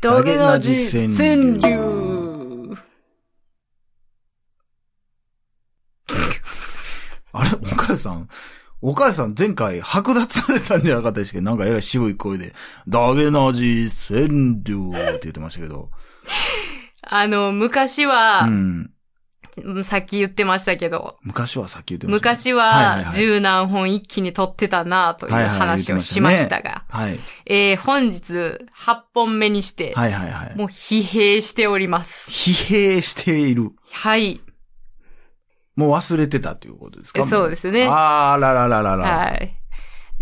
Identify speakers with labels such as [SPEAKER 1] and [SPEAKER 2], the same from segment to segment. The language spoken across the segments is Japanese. [SPEAKER 1] 道芸の実川柳。
[SPEAKER 2] あれ岡谷さん岡谷さん前回剥奪されたんじゃなかったでしたっけなんかえらい渋い声で、ダゲな実川柳って言ってましたけど。
[SPEAKER 1] あの、昔
[SPEAKER 2] う
[SPEAKER 1] は、
[SPEAKER 2] ん。
[SPEAKER 1] さっき言ってましたけど、
[SPEAKER 2] 昔はさっき言ってましたね。
[SPEAKER 1] 昔
[SPEAKER 2] はい
[SPEAKER 1] は
[SPEAKER 2] はい
[SPEAKER 1] 十何本一気に取ってたなという
[SPEAKER 2] はいはい
[SPEAKER 1] 話をしましたが、
[SPEAKER 2] はい。
[SPEAKER 1] えー本日8本目にして、
[SPEAKER 2] はいはいはい。
[SPEAKER 1] もう疲弊しております。
[SPEAKER 2] 疲弊している。
[SPEAKER 1] はい。
[SPEAKER 2] もう忘れてたということですか
[SPEAKER 1] そうですすね。は
[SPEAKER 2] あーららららら。
[SPEAKER 1] い。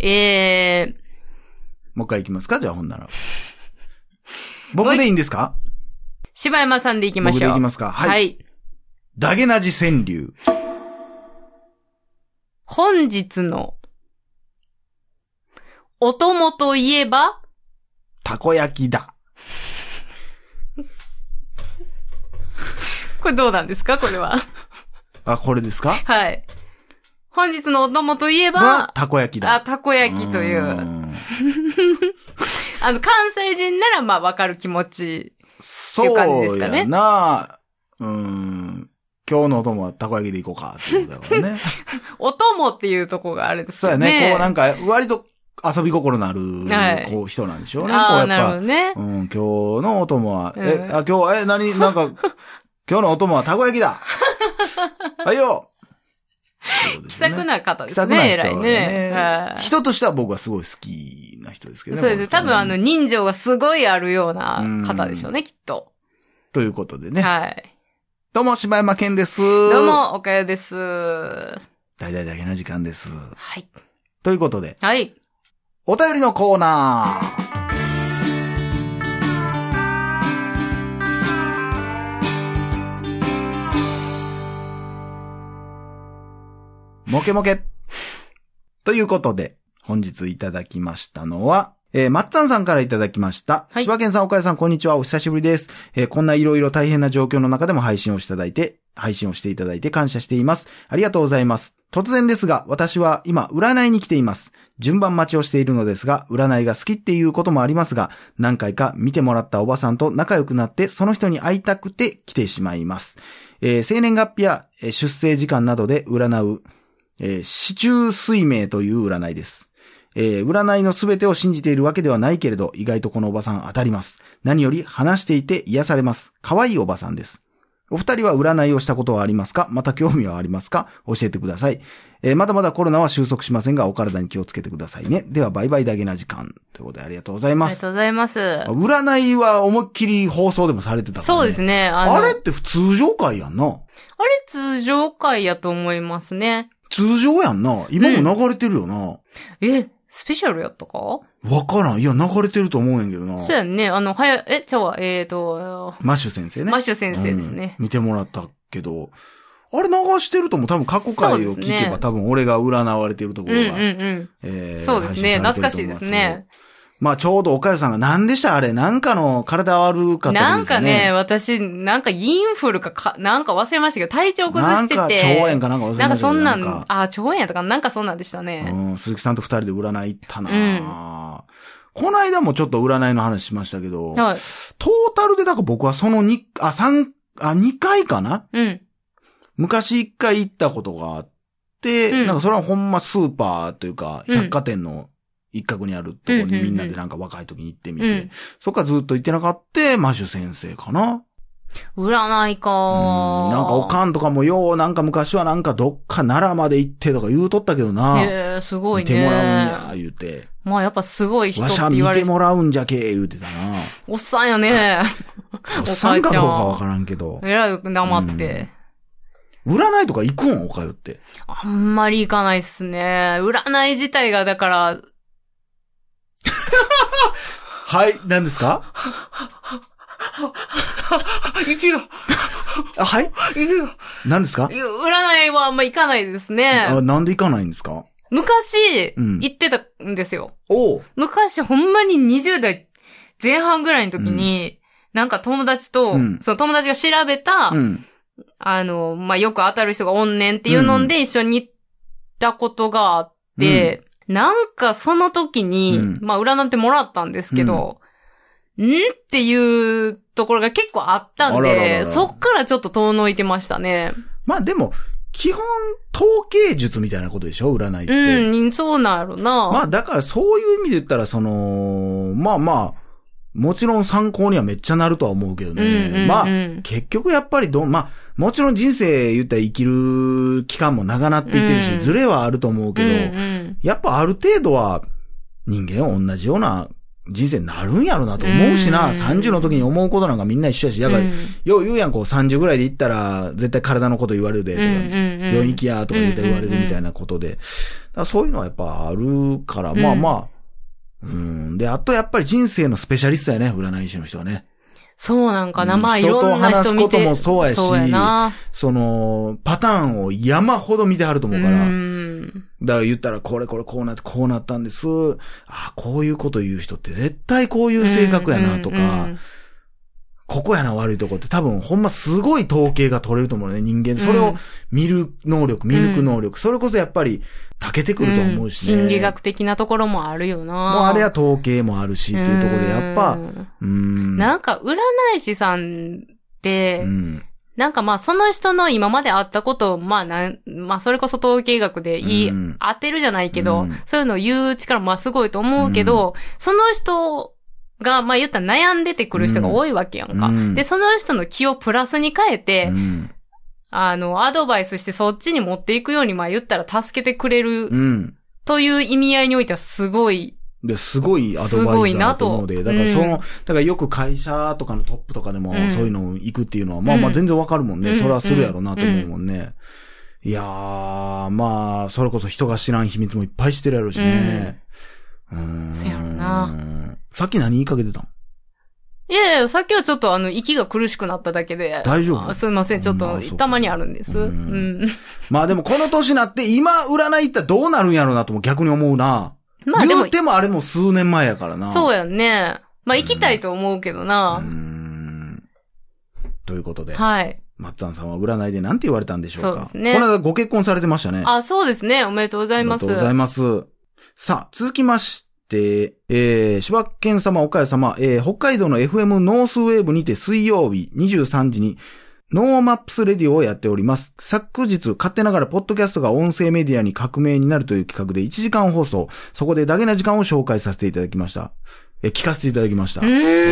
[SPEAKER 1] え
[SPEAKER 2] もう一回行きますかじゃあほんなら。僕でいいんですか
[SPEAKER 1] ー、柴山さんでいきま
[SPEAKER 2] 僕
[SPEAKER 1] し
[SPEAKER 2] で
[SPEAKER 1] ょう。
[SPEAKER 2] いきますかはい。
[SPEAKER 1] はい。
[SPEAKER 2] ダゲなじ川柳。
[SPEAKER 1] 本日の、お供といえば、
[SPEAKER 2] たこ焼きだ。
[SPEAKER 1] これどうなんですかこれは。
[SPEAKER 2] あ、これですか
[SPEAKER 1] はい。本日のお供といえ
[SPEAKER 2] が
[SPEAKER 1] ば、
[SPEAKER 2] たこ焼きだ。
[SPEAKER 1] あ、たこ焼きというう。
[SPEAKER 2] ん
[SPEAKER 1] あの、関西人ならまあわかる気持ち。
[SPEAKER 2] そう
[SPEAKER 1] 感じですかね
[SPEAKER 2] やな。うん。今日のお供はたこ焼きでいこうか、っていうこと だからね。
[SPEAKER 1] お供っていうとこがあるんです
[SPEAKER 2] そう
[SPEAKER 1] よ
[SPEAKER 2] や
[SPEAKER 1] ね。
[SPEAKER 2] ね。こうなんか、割と遊び心のある、
[SPEAKER 1] はい
[SPEAKER 2] こう人なんでしょうね。こう
[SPEAKER 1] あ
[SPEAKER 2] や
[SPEAKER 1] あ、
[SPEAKER 2] っ
[SPEAKER 1] なるほ
[SPEAKER 2] ぱ
[SPEAKER 1] ど、ね。
[SPEAKER 2] うん、今日のお供は、
[SPEAKER 1] うん
[SPEAKER 2] え、あ、今日、え、何、な んか、今日のお供はたこ焼きだ。はいよ。
[SPEAKER 1] 気さくな方
[SPEAKER 2] 気
[SPEAKER 1] で
[SPEAKER 2] さ
[SPEAKER 1] す
[SPEAKER 2] くな
[SPEAKER 1] ね、
[SPEAKER 2] 人
[SPEAKER 1] 偉
[SPEAKER 2] だ
[SPEAKER 1] い
[SPEAKER 2] よ
[SPEAKER 1] ね。
[SPEAKER 2] ね
[SPEAKER 1] は。い
[SPEAKER 2] 人としては僕はすごい好きな人ですけどね。
[SPEAKER 1] そうですね。
[SPEAKER 2] こ人
[SPEAKER 1] 多
[SPEAKER 2] ね
[SPEAKER 1] 分あの、人情がすごいあるような方でしょうね、きっと。
[SPEAKER 2] ということでね。
[SPEAKER 1] はい。
[SPEAKER 2] どうも、柴山健です。
[SPEAKER 1] どう。も、おかよです。は
[SPEAKER 2] 大々だけの時間です。
[SPEAKER 1] い。
[SPEAKER 2] ということで、
[SPEAKER 1] はい。
[SPEAKER 2] お便りのコーナー。もけもけ。ということで、本日いただきましたのは、えー、まっつぁんさんからいただきました。
[SPEAKER 1] はい
[SPEAKER 2] 千葉県さん、岡谷さん、こんにちは。お久しぶりです。えーこんないろいろ大変な状況の中でも配信をしていただいて、配信をしていただいて感謝しています。ありがとうございます。突然ですが、私は今、占いに来ています。順番待ちをしているのですが、占いが好きっていうこともありますが、何回か見てもらったおばさんと仲良くなって、その人に会いたくて来てしまいます。えー生年月日や、えー出生時間などで占う、えー、市中水明という占いです。えー占いのすべてを信じているわけではないけれど、意外とこのおばさん当たります。何より話していて癒されます。可愛いおばさんです。お二人は占いをしたことはありますかまた興味はありますか教えてください。えーまだまだコロナは収束しませんが、お体に気をつけてくださいね。では、バイバイだけな時間。ということで、ありがとうござい
[SPEAKER 1] あ
[SPEAKER 2] ま
[SPEAKER 1] りが
[SPEAKER 2] す。
[SPEAKER 1] とうございます。
[SPEAKER 2] 占いは思いっきり放送でもされてたから、ね。
[SPEAKER 1] そうですね。あの
[SPEAKER 2] あれって普通常会やんな。
[SPEAKER 1] あれ通常回やと思いますね。
[SPEAKER 2] 通常やんな。今も流れてるよな。
[SPEAKER 1] え、スペシャルやったか
[SPEAKER 2] わ、からん。いや、流れてると思うんやけどな。
[SPEAKER 1] そうやんね。あの、はや、え、ちゃうわ、えーと、
[SPEAKER 2] マッシュ先生ね。
[SPEAKER 1] マッシュ先生ですね。
[SPEAKER 2] うん見てもらったけど、あれ流してるとも多分過
[SPEAKER 1] そ
[SPEAKER 2] 去
[SPEAKER 1] う
[SPEAKER 2] 回
[SPEAKER 1] で
[SPEAKER 2] を
[SPEAKER 1] す
[SPEAKER 2] 聞
[SPEAKER 1] ね
[SPEAKER 2] けば、多分俺が占われてるとこ
[SPEAKER 1] うん
[SPEAKER 2] ろ
[SPEAKER 1] うん
[SPEAKER 2] が、
[SPEAKER 1] うん。
[SPEAKER 2] えー
[SPEAKER 1] そうですね。
[SPEAKER 2] 配信
[SPEAKER 1] 懐
[SPEAKER 2] さ
[SPEAKER 1] か
[SPEAKER 2] れて
[SPEAKER 1] しい
[SPEAKER 2] ると思
[SPEAKER 1] で
[SPEAKER 2] ます
[SPEAKER 1] ね。
[SPEAKER 2] まあちょうど岡谷さんが何でしたあれ、なんかの体悪かったですね。
[SPEAKER 1] なんかね、、私、なんかインフルかか、なんか忘れましたけど、体調崩してて。
[SPEAKER 2] なんか腸炎かなんか忘れましたけど
[SPEAKER 1] なんかそんなん、
[SPEAKER 2] なんか
[SPEAKER 1] あ、腸炎やったかななんかそんなんでしたね。
[SPEAKER 2] うん、鈴木さんと二人で占い行ったな、この間もちょっと占いの話しましたけど、
[SPEAKER 1] はい。
[SPEAKER 2] トータルでだから僕はその2、あ、三あ、2回かな
[SPEAKER 1] うん。
[SPEAKER 2] 昔一回行ったことがあって、
[SPEAKER 1] うん
[SPEAKER 2] なんかそれはほんまスーパーというか、
[SPEAKER 1] うん
[SPEAKER 2] 百貨店の一角にあるところ
[SPEAKER 1] うんうんう
[SPEAKER 2] に
[SPEAKER 1] ん
[SPEAKER 2] みんなでなんか若い時に行ってみ
[SPEAKER 1] う
[SPEAKER 2] て、
[SPEAKER 1] ん。
[SPEAKER 2] そっからずっと行ってなかった、マシュ先生かな。
[SPEAKER 1] 占いか
[SPEAKER 2] うんなんかおかんとかもよう、なんか昔はなんかどっか奈良まで行ってとか言うとったけどな。
[SPEAKER 1] えー、すごい
[SPEAKER 2] 見
[SPEAKER 1] ね。
[SPEAKER 2] てもらうんや、言うて。
[SPEAKER 1] まあやっぱすごい人
[SPEAKER 2] わ
[SPEAKER 1] っ
[SPEAKER 2] してゃ見
[SPEAKER 1] 言われ
[SPEAKER 2] て
[SPEAKER 1] る
[SPEAKER 2] もらうんじゃけえ、言うてたな。
[SPEAKER 1] おっさんや ね。
[SPEAKER 2] おっさんかどう か
[SPEAKER 1] お母
[SPEAKER 2] わ
[SPEAKER 1] ち
[SPEAKER 2] からんけど
[SPEAKER 1] ゃん。。えらく黙って。
[SPEAKER 2] 占いとか行くんおかよって。
[SPEAKER 1] あんまり行かないっすね。占い自体がだから、
[SPEAKER 2] はい、何ですか
[SPEAKER 1] 雪が、
[SPEAKER 2] あ、はい
[SPEAKER 1] 雪が、
[SPEAKER 2] 何ですか
[SPEAKER 1] 占いはあんま行かないです
[SPEAKER 2] あ
[SPEAKER 1] ね。
[SPEAKER 2] なんで行かないんですか
[SPEAKER 1] 昔、
[SPEAKER 2] うん
[SPEAKER 1] 行ってたんですよ。
[SPEAKER 2] おう。
[SPEAKER 1] 昔、ほんまに20代前半ぐらいの時に、なんか友達と、
[SPEAKER 2] うん
[SPEAKER 1] その友達が調べた、
[SPEAKER 2] うん。
[SPEAKER 1] あの、まあ、よく当たる人がおんねんっていうので一緒に行ったことがあって、なんかその時に、
[SPEAKER 2] うん
[SPEAKER 1] まあ占ってもらったんですけど、んっていうところが結構あったんで、
[SPEAKER 2] あらららら
[SPEAKER 1] そっからちょっと遠のいてましたね。
[SPEAKER 2] まあでも、基本、統計術みたいなことでしょ占いって。
[SPEAKER 1] うん、そうなんやろな。
[SPEAKER 2] まあだからそういう意味で言ったら、その、まあまあ、もちろん参考にはめっちゃなるとは思うけど
[SPEAKER 1] うん
[SPEAKER 2] ね。
[SPEAKER 1] うんうん、
[SPEAKER 2] まあ、結局やっぱりどん、まあ、もちろん人生言ったら生きる期間も長なっていってるし、
[SPEAKER 1] うん
[SPEAKER 2] ズレはあると思うけど、
[SPEAKER 1] うんうん
[SPEAKER 2] やっぱある程度は人間は同じような人生になるんやろなと思うしな、
[SPEAKER 1] うん
[SPEAKER 2] 30の時に思うことなんかみんな一緒やし、だから、
[SPEAKER 1] うん
[SPEAKER 2] よう言うやん、こう30ぐらいで行ったら絶対体のこと言われるで、とか、
[SPEAKER 1] うんうん
[SPEAKER 2] 病院行きやとか絶対言われるみたいなことで、だからそういうのはやっぱあるから、まあ
[SPEAKER 1] うん
[SPEAKER 2] まあ、うん。で、あとやっぱり人生のスペシャリストやね、占い師の人はね。
[SPEAKER 1] そうなんかな、
[SPEAKER 2] うん
[SPEAKER 1] まあいろんな人見て。
[SPEAKER 2] 人と話すこともそうやし
[SPEAKER 1] な。
[SPEAKER 2] その、パターンを山ほど見てはると思うから、
[SPEAKER 1] うん
[SPEAKER 2] だから言ったら、これこれこうなって、こうなったんです。ああ、こういうこと言う人って絶対こういう性格やなとか、
[SPEAKER 1] うんうん
[SPEAKER 2] ここやな悪いとこって多分ほんますごい統計が取れると思うね、人間。それを見る能力、見抜く能力、それこそやっぱり、たけてくると思うしね。
[SPEAKER 1] うん心理学的なところもあるよな。
[SPEAKER 2] もうあれは統計もあるし、っていうところで、やっぱ、
[SPEAKER 1] ぱ。
[SPEAKER 2] うん。
[SPEAKER 1] なんか占い師さんって、
[SPEAKER 2] うん。
[SPEAKER 1] なんかまあその人の今まであったことを、まあなん、まあそれこそ統計学で言い、
[SPEAKER 2] うん
[SPEAKER 1] 当てるじゃないけど、
[SPEAKER 2] うん
[SPEAKER 1] そういうのを言う力まあすごいと思うけど、その人が、まあ言ったら悩んでてくる人が多いわけやんか。
[SPEAKER 2] うん
[SPEAKER 1] で、その人の気をプラスに変えて、
[SPEAKER 2] うん。
[SPEAKER 1] あの、アドバイスしてそっちに持っていくように、まあ言ったら助けてくれる
[SPEAKER 2] うん。
[SPEAKER 1] という意味合いにおいてはすごい。
[SPEAKER 2] で、すごいアド
[SPEAKER 1] す
[SPEAKER 2] バ
[SPEAKER 1] ごい
[SPEAKER 2] イザーだ
[SPEAKER 1] な
[SPEAKER 2] と
[SPEAKER 1] と
[SPEAKER 2] 思うので、だからその、
[SPEAKER 1] う
[SPEAKER 2] だからよく会社とかのトップとかでも、
[SPEAKER 1] うん
[SPEAKER 2] そういうの行くっていうのは、まあまあ
[SPEAKER 1] うん
[SPEAKER 2] 全然わかるもんね。
[SPEAKER 1] うん
[SPEAKER 2] それはするやろなと思うもんね。いやー、まあ、それこそ人が知らん秘密もいっぱいしてるやろしね。うーん。
[SPEAKER 1] そうやろな。
[SPEAKER 2] さっき何言いかけてたの
[SPEAKER 1] いやいや、さっきはちょっとあの、息が苦しくなっただけで。
[SPEAKER 2] 大丈夫
[SPEAKER 1] あすいません、ちょっ
[SPEAKER 2] まあ
[SPEAKER 1] と
[SPEAKER 2] そうか、
[SPEAKER 1] たまにあるんです。
[SPEAKER 2] う
[SPEAKER 1] うんん。
[SPEAKER 2] まあでもこの年になって今占い行ったらどうなるんやろうなとも逆に思うな。
[SPEAKER 1] まあで
[SPEAKER 2] 言
[SPEAKER 1] も
[SPEAKER 2] う、てもあれも数年前やからな。
[SPEAKER 1] そう
[SPEAKER 2] や。
[SPEAKER 1] やんね。まあ行きたいと思うけどな。
[SPEAKER 2] ん。ということで。
[SPEAKER 1] はい。
[SPEAKER 2] マッツァンさんは占いで何て言われたんでしょうか
[SPEAKER 1] そうですね
[SPEAKER 2] この間ご結婚されてましたね。
[SPEAKER 1] あ、そうですね。おめでとうございます。
[SPEAKER 2] ありがとうございます。さあ、続きまして、えー、柴犬様、岡谷様、えー、北海道の FM ノースウェーブにて水曜日23時に、ノーマップスレディオをやっております。昨日、勝手ながらポッドキャストが音声メディアに革命になるという企画で1時間放送、そこでダゲな時間を紹介させていただきました。えー、聞かせていただきました。
[SPEAKER 1] う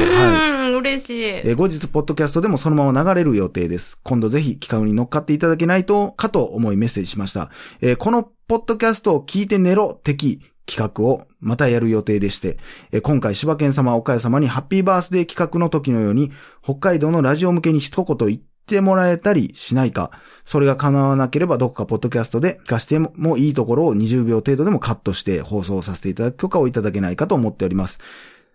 [SPEAKER 1] ーん、嬉しい。
[SPEAKER 2] えー後日、ポッドキャストでもそのまま流れる予定です。今度ぜひ企画に乗っかっていただけないと、かと思いメッセージしました。えーこのポッドキャストを聞いて寝ろ的企画をまたやる予定でして、えー今回、柴犬様、岡谷様にハッピーバースデー企画の時のように、北海道のラジオ向けに一言言ってもらえたりしないか、それが叶わなければどこかポッドキャストで聞かしてもいいところを20秒程度でもカットして放送させていただく許可をいただけないかと思っております。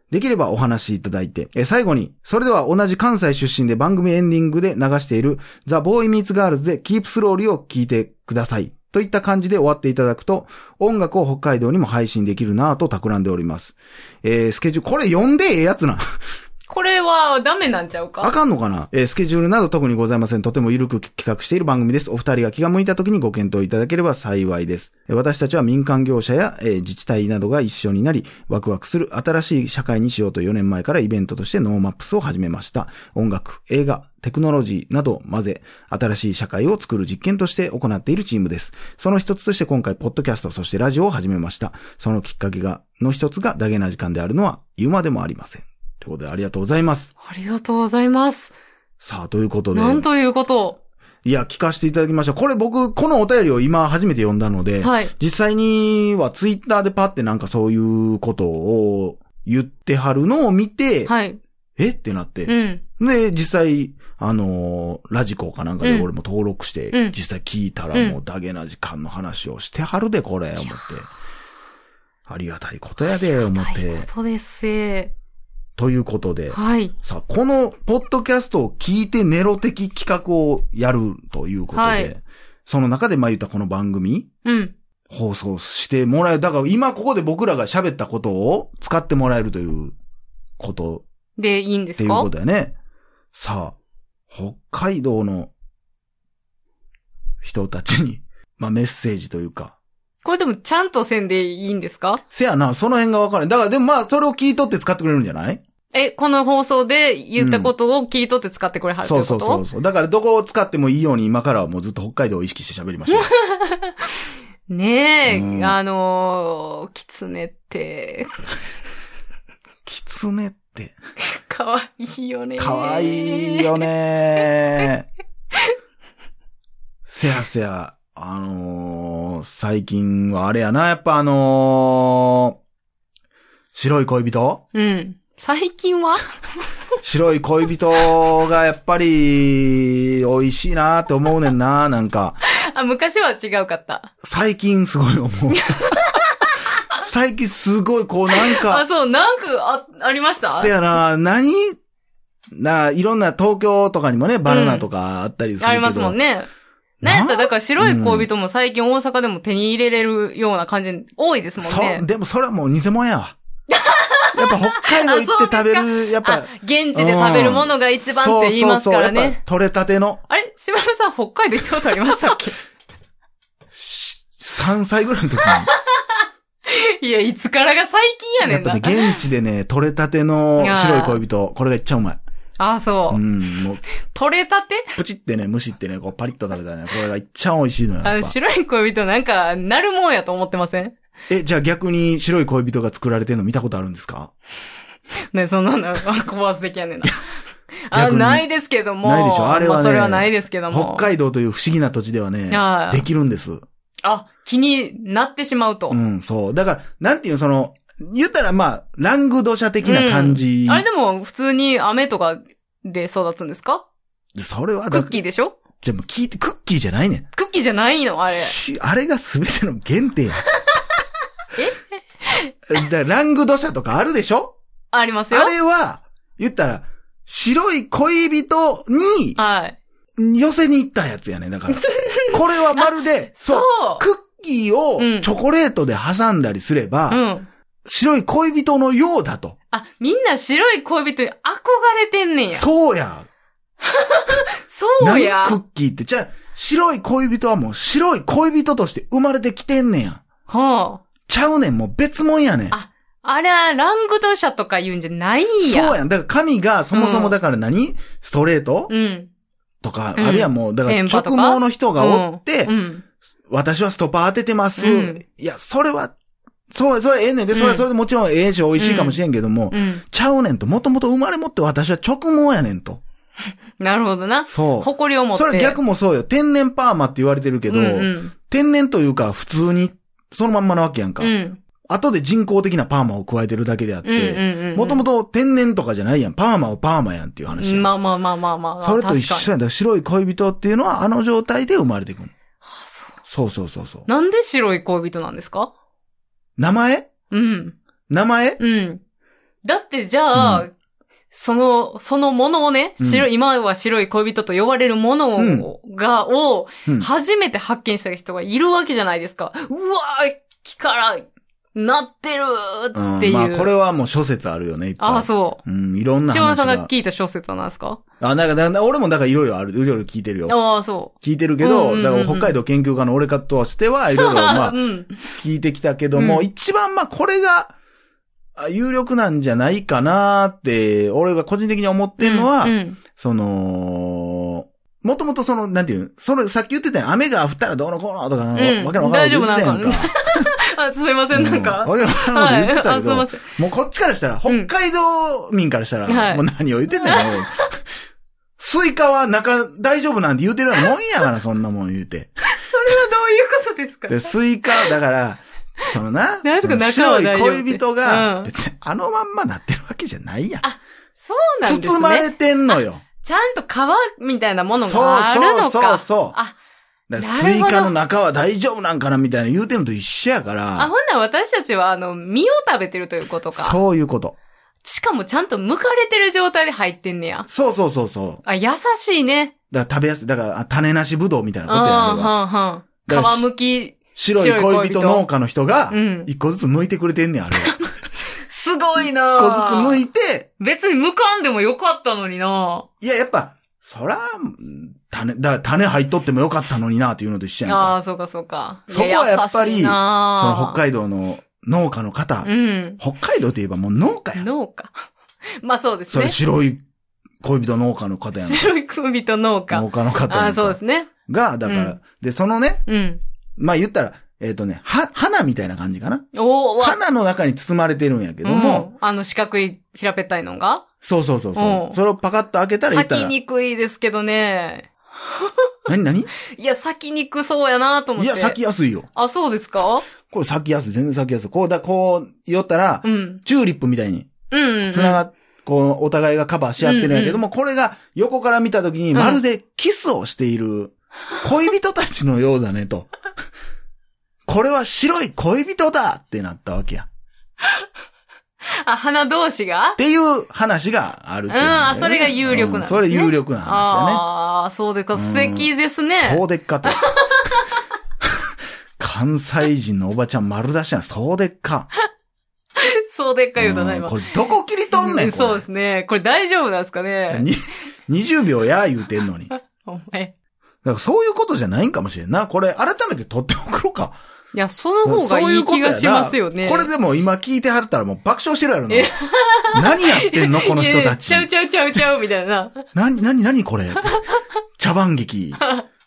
[SPEAKER 2] できればお話しいただいて、えー最後に、それでは同じ関西出身で番組エンディングで流している、ザ・ボーイ・ミーツ・ガールズでキープスローリーを聞いてください。といった感じで終わっていただくと、音楽を北海道にも配信できるなぁと企んでおります。えースケジュール、これ読んでええやつな。
[SPEAKER 1] これはダメなんちゃうか
[SPEAKER 2] あかんのかなえースケジュールなど特にございません。とても緩く企画している番組です。お二人が気が向いた時にご検討いただければ幸いです。えー私たちは民間業者や、えー自治体などが一緒になり、ワクワクする新しい社会にしようと4年前からイベントとしてノーマップスを始めました。音楽、映画、テクノロジーなどを混ぜ、新しい社会を作る実験として行っているチームです。その一つとして今回、ポッドキャスト、そしてラジオを始めました。そのきっかけが、の一つがダゲな時間であるのは言うまでもありません。ということでありがとうございます。
[SPEAKER 1] ありがとうございます。
[SPEAKER 2] さあ、ということで。
[SPEAKER 1] なんということ
[SPEAKER 2] いや、聞かせていただきました。これ僕、このお便りを今初めて読んだので、
[SPEAKER 1] を。はい。
[SPEAKER 2] 実際にはツイッターでパってなんかそういうことを言ってはるのを見て、
[SPEAKER 1] はい。
[SPEAKER 2] えってなって
[SPEAKER 1] う、ん。
[SPEAKER 2] で、実際、あのーラジコかなんかで
[SPEAKER 1] うん
[SPEAKER 2] 俺も登録して、
[SPEAKER 1] うん
[SPEAKER 2] 実際聞いたら
[SPEAKER 1] うん
[SPEAKER 2] もうダゲな時間の話をしてはるで、これ、思って。ありがたいことやで、思っ
[SPEAKER 1] 大
[SPEAKER 2] て。
[SPEAKER 1] ことですえ
[SPEAKER 2] ということで、
[SPEAKER 1] はい。
[SPEAKER 2] さあ、この、ポッドキャストを聞いてネロ的企画をやるということで、
[SPEAKER 1] はい
[SPEAKER 2] その中で、まあ言ったこの番組、
[SPEAKER 1] うん。
[SPEAKER 2] 放送してもらえる。だから今ここで僕らが喋ったことを使ってもらえるということ
[SPEAKER 1] で、いいんで
[SPEAKER 2] っ
[SPEAKER 1] す
[SPEAKER 2] ていう
[SPEAKER 1] か
[SPEAKER 2] ことだよね。さあ、北海道の人たちに、まあメッセージというか、
[SPEAKER 1] これでもちゃんとせんでいいんですか
[SPEAKER 2] せやな、その辺がわからん。だからでもまあ、それを切り取って使ってくれるんじゃない
[SPEAKER 1] え、この放送で言ったことを切り取って使ってくれはるって
[SPEAKER 2] そ
[SPEAKER 1] こと
[SPEAKER 2] うそうそうそう。だからどこを使ってもいいように今からはもうずっと北海道を意識して喋りましょう。
[SPEAKER 1] ねえ、
[SPEAKER 2] うん
[SPEAKER 1] あのー、キツネって、
[SPEAKER 2] キツネって、
[SPEAKER 1] かわいいよね。
[SPEAKER 2] かわいい。よねー。せやせや、あのー、最近はあれやな、やっぱあのー、白い恋人
[SPEAKER 1] うん。最近は
[SPEAKER 2] 白い恋人がやっぱり美味しいなーって思うねんな、なんか。
[SPEAKER 1] あ、昔は違うかった。
[SPEAKER 2] 最近すごい思う。最近すごいこうなん
[SPEAKER 1] あ、
[SPEAKER 2] か、
[SPEAKER 1] そう、なんか、あ、ありました
[SPEAKER 2] せやな、何なあ、いろんな東京とかにもね、バナナとかあったりするけど。
[SPEAKER 1] ありますもんね。なんやったら、だから白い恋人も最近大阪でも手に入れれるような感じ多いですもん
[SPEAKER 2] そう、
[SPEAKER 1] ね。
[SPEAKER 2] でもそれはもう偽物や わ。やっぱ北海道行って食べる、やっ
[SPEAKER 1] あ
[SPEAKER 2] ぱ。、
[SPEAKER 1] 現地で食べるものが一番って言いますから
[SPEAKER 2] そうそうそうやっ
[SPEAKER 1] ね。
[SPEAKER 2] ぱ取れたての
[SPEAKER 1] あれ島村さん北海道行ったことありましたっけ
[SPEAKER 2] し3歳ぐらいの時に。
[SPEAKER 1] いや、いつからが最近やね
[SPEAKER 2] やっ
[SPEAKER 1] んな
[SPEAKER 2] ぱ。ね、現地でね、取れたての白い恋人、これがいっちゃうまい。
[SPEAKER 1] あ、そうう。
[SPEAKER 2] ん、もう、
[SPEAKER 1] 取れたて
[SPEAKER 2] プチってね、蒸しってね、こうパリッと食べたね、これがいっちゃ美味しいのよ。や
[SPEAKER 1] あ
[SPEAKER 2] っ
[SPEAKER 1] の、
[SPEAKER 2] ぱ
[SPEAKER 1] 白い恋人なんか、なるもんやと思ってません
[SPEAKER 2] え、じゃあ逆に白い恋人が作られてるの見たことあるんですか
[SPEAKER 1] ね、そんなの、 小バス的やねんな。あ、
[SPEAKER 2] 逆に
[SPEAKER 1] ないですけども。
[SPEAKER 2] ないでしょあれはね
[SPEAKER 1] まそれはないですけども。
[SPEAKER 2] 北海道という不思議な土地ではね
[SPEAKER 1] あ、あ
[SPEAKER 2] できるんです。
[SPEAKER 1] あ、気になってしまうと。
[SPEAKER 2] うん、そう。だから、なんていうのその、言ったらまあ、ラングドシャ的な感じ。
[SPEAKER 1] あれでも、普通に雨とかで育つんですか
[SPEAKER 2] それは
[SPEAKER 1] ク
[SPEAKER 2] だ、
[SPEAKER 1] ッキーでしょ
[SPEAKER 2] じゃあもう聞いて、クッキーじゃないねん。
[SPEAKER 1] クッキーじゃないのあれ。
[SPEAKER 2] しあれが全ての原点 や。えだラングドシャとかあるでしょ
[SPEAKER 1] ありますよ
[SPEAKER 2] あ。れは、言ったら、白い恋人に、
[SPEAKER 1] はい。
[SPEAKER 2] 寄せに行ったやつやね。だから。これはまるで、そう。
[SPEAKER 1] う
[SPEAKER 2] クッキーを
[SPEAKER 1] うん
[SPEAKER 2] チョコレートで挟んだりすれば、
[SPEAKER 1] うん。
[SPEAKER 2] 白い恋人のようだと。
[SPEAKER 1] あ、みんな白い恋人に憧れてんねんや。
[SPEAKER 2] そうや。
[SPEAKER 1] そう
[SPEAKER 2] 何
[SPEAKER 1] や。
[SPEAKER 2] クッキーって。じゃあ、白い恋人はもう白い恋人として生まれてきてんねんや。
[SPEAKER 1] は
[SPEAKER 2] ちゃうねん、もう別もんやねん。
[SPEAKER 1] ああ。あれは、ラングドシャとか言うんじゃないんや。
[SPEAKER 2] そうやん。だから神がそもそうも
[SPEAKER 1] ん
[SPEAKER 2] だから何、ストレート、
[SPEAKER 1] うん。
[SPEAKER 2] とか、
[SPEAKER 1] うん
[SPEAKER 2] あるいはもう、だから
[SPEAKER 1] 電波と
[SPEAKER 2] 直
[SPEAKER 1] か
[SPEAKER 2] 毛の人がおって、
[SPEAKER 1] うん。
[SPEAKER 2] 私はストッパー当ててます。
[SPEAKER 1] うん
[SPEAKER 2] いや、それは、そう、それええねんで、
[SPEAKER 1] うん
[SPEAKER 2] それはそれでもちろんええし美味しいかもしれんけども、
[SPEAKER 1] うん。
[SPEAKER 2] ちゃうねんと、もともと生まれ持って私は直毛やねんと。
[SPEAKER 1] なるほどな。
[SPEAKER 2] そう。
[SPEAKER 1] 誇りを持って。
[SPEAKER 2] それは逆もそうよ。天然パーマって言われてるけど、
[SPEAKER 1] うんうん。
[SPEAKER 2] 天然というか普通に、そのまんまなわけやんか。
[SPEAKER 1] うん。
[SPEAKER 2] 後で人工的なパーマを加えてるだけであっ
[SPEAKER 1] うんうん
[SPEAKER 2] て、
[SPEAKER 1] うんうん。
[SPEAKER 2] もともと天然とかじゃないやん。パーマをパーマやんっていう話やん。
[SPEAKER 1] まあまあまあまあまあ。
[SPEAKER 2] それと一
[SPEAKER 1] 確かに
[SPEAKER 2] 緒やん。だから白い恋人っていうのはあの状態で生まれてくる。
[SPEAKER 1] あそう
[SPEAKER 2] そうそうそうそう。
[SPEAKER 1] なんで白い恋人なんですか
[SPEAKER 2] 名前
[SPEAKER 1] うん。
[SPEAKER 2] 名前
[SPEAKER 1] うん。だってじゃあ、
[SPEAKER 2] う
[SPEAKER 1] その、そのものをね、
[SPEAKER 2] うん
[SPEAKER 1] 白い、今は白い恋人と呼ばれるものを、
[SPEAKER 2] うん
[SPEAKER 1] が、を
[SPEAKER 2] うん、
[SPEAKER 1] 初めて発見した人がいるわけじゃないですか。うわー木から、なってるーっていう。
[SPEAKER 2] まあこれはもう諸説あるよね、いっぱい。
[SPEAKER 1] ああ、そう。
[SPEAKER 2] うん、いろんな
[SPEAKER 1] 島
[SPEAKER 2] 話
[SPEAKER 1] 田さん
[SPEAKER 2] が
[SPEAKER 1] が。聞いた小説は何ですか
[SPEAKER 2] あ、なんか、なんか俺もだからいろいろある、いろいろ聞いてるよ。
[SPEAKER 1] ああ、そ
[SPEAKER 2] 聞いてるけ
[SPEAKER 1] うんうんうんう
[SPEAKER 2] ど、
[SPEAKER 1] ん
[SPEAKER 2] だから北海道研究家の俺かとし ては、いろいろ
[SPEAKER 1] う。
[SPEAKER 2] まあ
[SPEAKER 1] うん。
[SPEAKER 2] 聞いてきたけども、
[SPEAKER 1] うん
[SPEAKER 2] 一番まあこれが、あ有力なんじゃないかなって、俺が個人的に思ってるのは、
[SPEAKER 1] うんうん
[SPEAKER 2] その、もともとその、なんていうのそれ、さっき言ってたやん雨が降ったらどうのこうのとかなんか、
[SPEAKER 1] うん
[SPEAKER 2] わけのわからんこと言ってたや
[SPEAKER 1] 大
[SPEAKER 2] ん
[SPEAKER 1] 丈夫な
[SPEAKER 2] か
[SPEAKER 1] ん。あ、すいません、 なん
[SPEAKER 2] う
[SPEAKER 1] か。
[SPEAKER 2] わけのわからんこと
[SPEAKER 1] はい。
[SPEAKER 2] 言って
[SPEAKER 1] あ、
[SPEAKER 2] たけ
[SPEAKER 1] すい
[SPEAKER 2] ど
[SPEAKER 1] ま、せん。
[SPEAKER 2] もうこっちからしたら、北海道民からしたら、
[SPEAKER 1] うんはい
[SPEAKER 2] もう何を言ってんねん。もう スイカは中、大丈夫なんて言うてるようなもんや から、そんなもん言うて。
[SPEAKER 1] それはどういうことですか
[SPEAKER 2] で、スイカ、だから、そのな、
[SPEAKER 1] 何すか
[SPEAKER 2] その
[SPEAKER 1] 中は
[SPEAKER 2] 白
[SPEAKER 1] 大丈夫
[SPEAKER 2] い恋人
[SPEAKER 1] う
[SPEAKER 2] が、
[SPEAKER 1] ん
[SPEAKER 2] 別にあのまんまなってるわけじゃないやん。
[SPEAKER 1] そうなんです
[SPEAKER 2] 包ま
[SPEAKER 1] ね。
[SPEAKER 2] れてんのよ。
[SPEAKER 1] ちゃんと皮みたいなも
[SPEAKER 2] そ
[SPEAKER 1] の
[SPEAKER 2] うそう
[SPEAKER 1] があるの
[SPEAKER 2] そう
[SPEAKER 1] か。
[SPEAKER 2] そう。
[SPEAKER 1] あ、
[SPEAKER 2] だから
[SPEAKER 1] な
[SPEAKER 2] ス
[SPEAKER 1] る
[SPEAKER 2] イ
[SPEAKER 1] ほど
[SPEAKER 2] カの中は大丈夫なんかなみたいな言うてんのと一緒やか
[SPEAKER 1] あ、ほ、
[SPEAKER 2] ら
[SPEAKER 1] んなら私たちは、あの、身を食べてるということか。
[SPEAKER 2] そういうこと。
[SPEAKER 1] しかもちゃんと剥かれてる状態で入ってんねや。
[SPEAKER 2] そうそうそうそう。
[SPEAKER 1] あ、優しいね。
[SPEAKER 2] だから食べやすい。だから、あ種なしぶどうみたいな
[SPEAKER 1] うん、
[SPEAKER 2] こ
[SPEAKER 1] は
[SPEAKER 2] とやんあ
[SPEAKER 1] ん
[SPEAKER 2] れは。
[SPEAKER 1] はん。
[SPEAKER 2] だから
[SPEAKER 1] 皮むき、
[SPEAKER 2] 白い恋人農家の人が
[SPEAKER 1] う、ん。
[SPEAKER 2] 一個ずつ剥いてくれてんねん、あれは。
[SPEAKER 1] すごいな
[SPEAKER 2] 一個ずつ剥いて、
[SPEAKER 1] 別に剥かんでもよかったのにな
[SPEAKER 2] はいや、やっぱ、そら、うん種、だ、種入っとってもよかったのになっていうのと一緒やん
[SPEAKER 1] あ
[SPEAKER 2] か。
[SPEAKER 1] あ、そうかそうか。
[SPEAKER 2] そこはやっぱり
[SPEAKER 1] い優しい
[SPEAKER 2] そ
[SPEAKER 1] な
[SPEAKER 2] の北海道の農家の方、
[SPEAKER 1] うん。
[SPEAKER 2] 北海道といえばもう農家やん。
[SPEAKER 1] 農家。 まあそうです
[SPEAKER 2] それ
[SPEAKER 1] ね。
[SPEAKER 2] 白い恋人農家の方やんか。
[SPEAKER 1] 白い首と農家。
[SPEAKER 2] 農家の方
[SPEAKER 1] あ
[SPEAKER 2] や
[SPEAKER 1] あ、
[SPEAKER 2] んか
[SPEAKER 1] そうですね。
[SPEAKER 2] が、だから、
[SPEAKER 1] う
[SPEAKER 2] で、そのね、
[SPEAKER 1] うん。
[SPEAKER 2] まあ言ったら、えっ、とね、は、花みたいな感じかな。
[SPEAKER 1] おー、わ。
[SPEAKER 2] 花の中に包まれてるんやけども、
[SPEAKER 1] うん、あの四角い平べったいのが
[SPEAKER 2] そうそうそうそうう。
[SPEAKER 1] ん
[SPEAKER 2] それをパカッと開けたら言った
[SPEAKER 1] 咲き
[SPEAKER 2] ら、
[SPEAKER 1] にくいですけどね。
[SPEAKER 2] 何何
[SPEAKER 1] いや、咲きにくそうやなと思っ
[SPEAKER 2] い
[SPEAKER 1] て。
[SPEAKER 2] や、咲きやすいよ。
[SPEAKER 1] あ、そうですか
[SPEAKER 2] これ咲きやすい。全然咲きやすい。こうだ、こう、寄ったら、
[SPEAKER 1] うん。
[SPEAKER 2] チューリップみたいに、
[SPEAKER 1] うんうん、うん。
[SPEAKER 2] つながっ、こう、お互いがカバーし合ってるんやけども、これが横から見たときに、まるでキスをしている、恋人たちのようだね、と。 これは白い恋人だってなったわけや。っ
[SPEAKER 1] あ、花同士が
[SPEAKER 2] ていう話があるっていうの
[SPEAKER 1] うん
[SPEAKER 2] がね、
[SPEAKER 1] あそれが有力なんですね
[SPEAKER 2] それ有力な話
[SPEAKER 1] ああ、そうですか。
[SPEAKER 2] うん
[SPEAKER 1] 素敵ですね。
[SPEAKER 2] だね。そうでっかと。 関西人のおばちゃん丸出しな、そうでっか。
[SPEAKER 1] そうでっかい言うとな、
[SPEAKER 2] うん
[SPEAKER 1] 今。
[SPEAKER 2] これどこ切り取んね、
[SPEAKER 1] うんん
[SPEAKER 2] これ
[SPEAKER 1] そうですね。これ大丈夫なんですかね。
[SPEAKER 2] に20秒や言うてんのに。だか
[SPEAKER 1] お前。
[SPEAKER 2] らそういうことじゃないんかもしれんな。これ改めて取っておくろうか。
[SPEAKER 1] いや、その方がいい気がしますよね。
[SPEAKER 2] これでも今聞いてはったらもう爆笑してるやろな
[SPEAKER 1] え。
[SPEAKER 2] 何やってんのこの人
[SPEAKER 1] いや
[SPEAKER 2] た
[SPEAKER 1] いや
[SPEAKER 2] ち
[SPEAKER 1] ち。ゃうちゃうちゃうちゃうみたいな。
[SPEAKER 2] 何、何、何これ。茶番劇。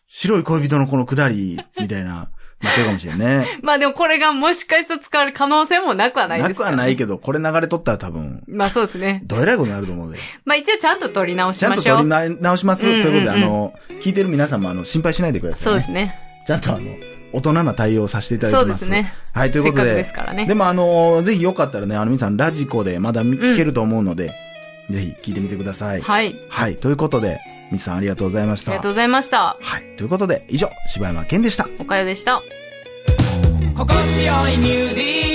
[SPEAKER 2] 白い恋人のこのくだり、みたいな、なってるかもしれんね。
[SPEAKER 1] まあでもこれがもしかしたら使われる可能性もなくは ないです
[SPEAKER 2] なく
[SPEAKER 1] から
[SPEAKER 2] はないけど、これ流れとったら多分、
[SPEAKER 1] まあそうですね。
[SPEAKER 2] どえらいことになると思うで。
[SPEAKER 1] まあ一応ちゃんと取り直し
[SPEAKER 2] ちゃん
[SPEAKER 1] ま
[SPEAKER 2] と
[SPEAKER 1] しょ
[SPEAKER 2] 取り
[SPEAKER 1] う。
[SPEAKER 2] な直します。と
[SPEAKER 1] うんうんうん
[SPEAKER 2] いうことで、あの、聞いてる皆さんもあの、心配しないでください、
[SPEAKER 1] そう
[SPEAKER 2] ね。
[SPEAKER 1] ですね。
[SPEAKER 2] ちゃんとあの、大人な対応をさせていただい
[SPEAKER 1] そう
[SPEAKER 2] て
[SPEAKER 1] で
[SPEAKER 2] ます。
[SPEAKER 1] すね。
[SPEAKER 2] はい、という
[SPEAKER 1] せ
[SPEAKER 2] こ
[SPEAKER 1] っ
[SPEAKER 2] と
[SPEAKER 1] かく
[SPEAKER 2] で。
[SPEAKER 1] ですから
[SPEAKER 2] で
[SPEAKER 1] ね。
[SPEAKER 2] もあのーぜひよかったらね、あの皆さんラジコでまだ見聞けると思うので、ぜひ聞いてみてください。はい、
[SPEAKER 1] はい。
[SPEAKER 2] ということで、みつさんありがとうございまし
[SPEAKER 1] あ
[SPEAKER 2] た。
[SPEAKER 1] りがとうございました。
[SPEAKER 2] はい、ということで、以上、柴山健でした。
[SPEAKER 1] おかよでした。
[SPEAKER 3] 心地よいミュージック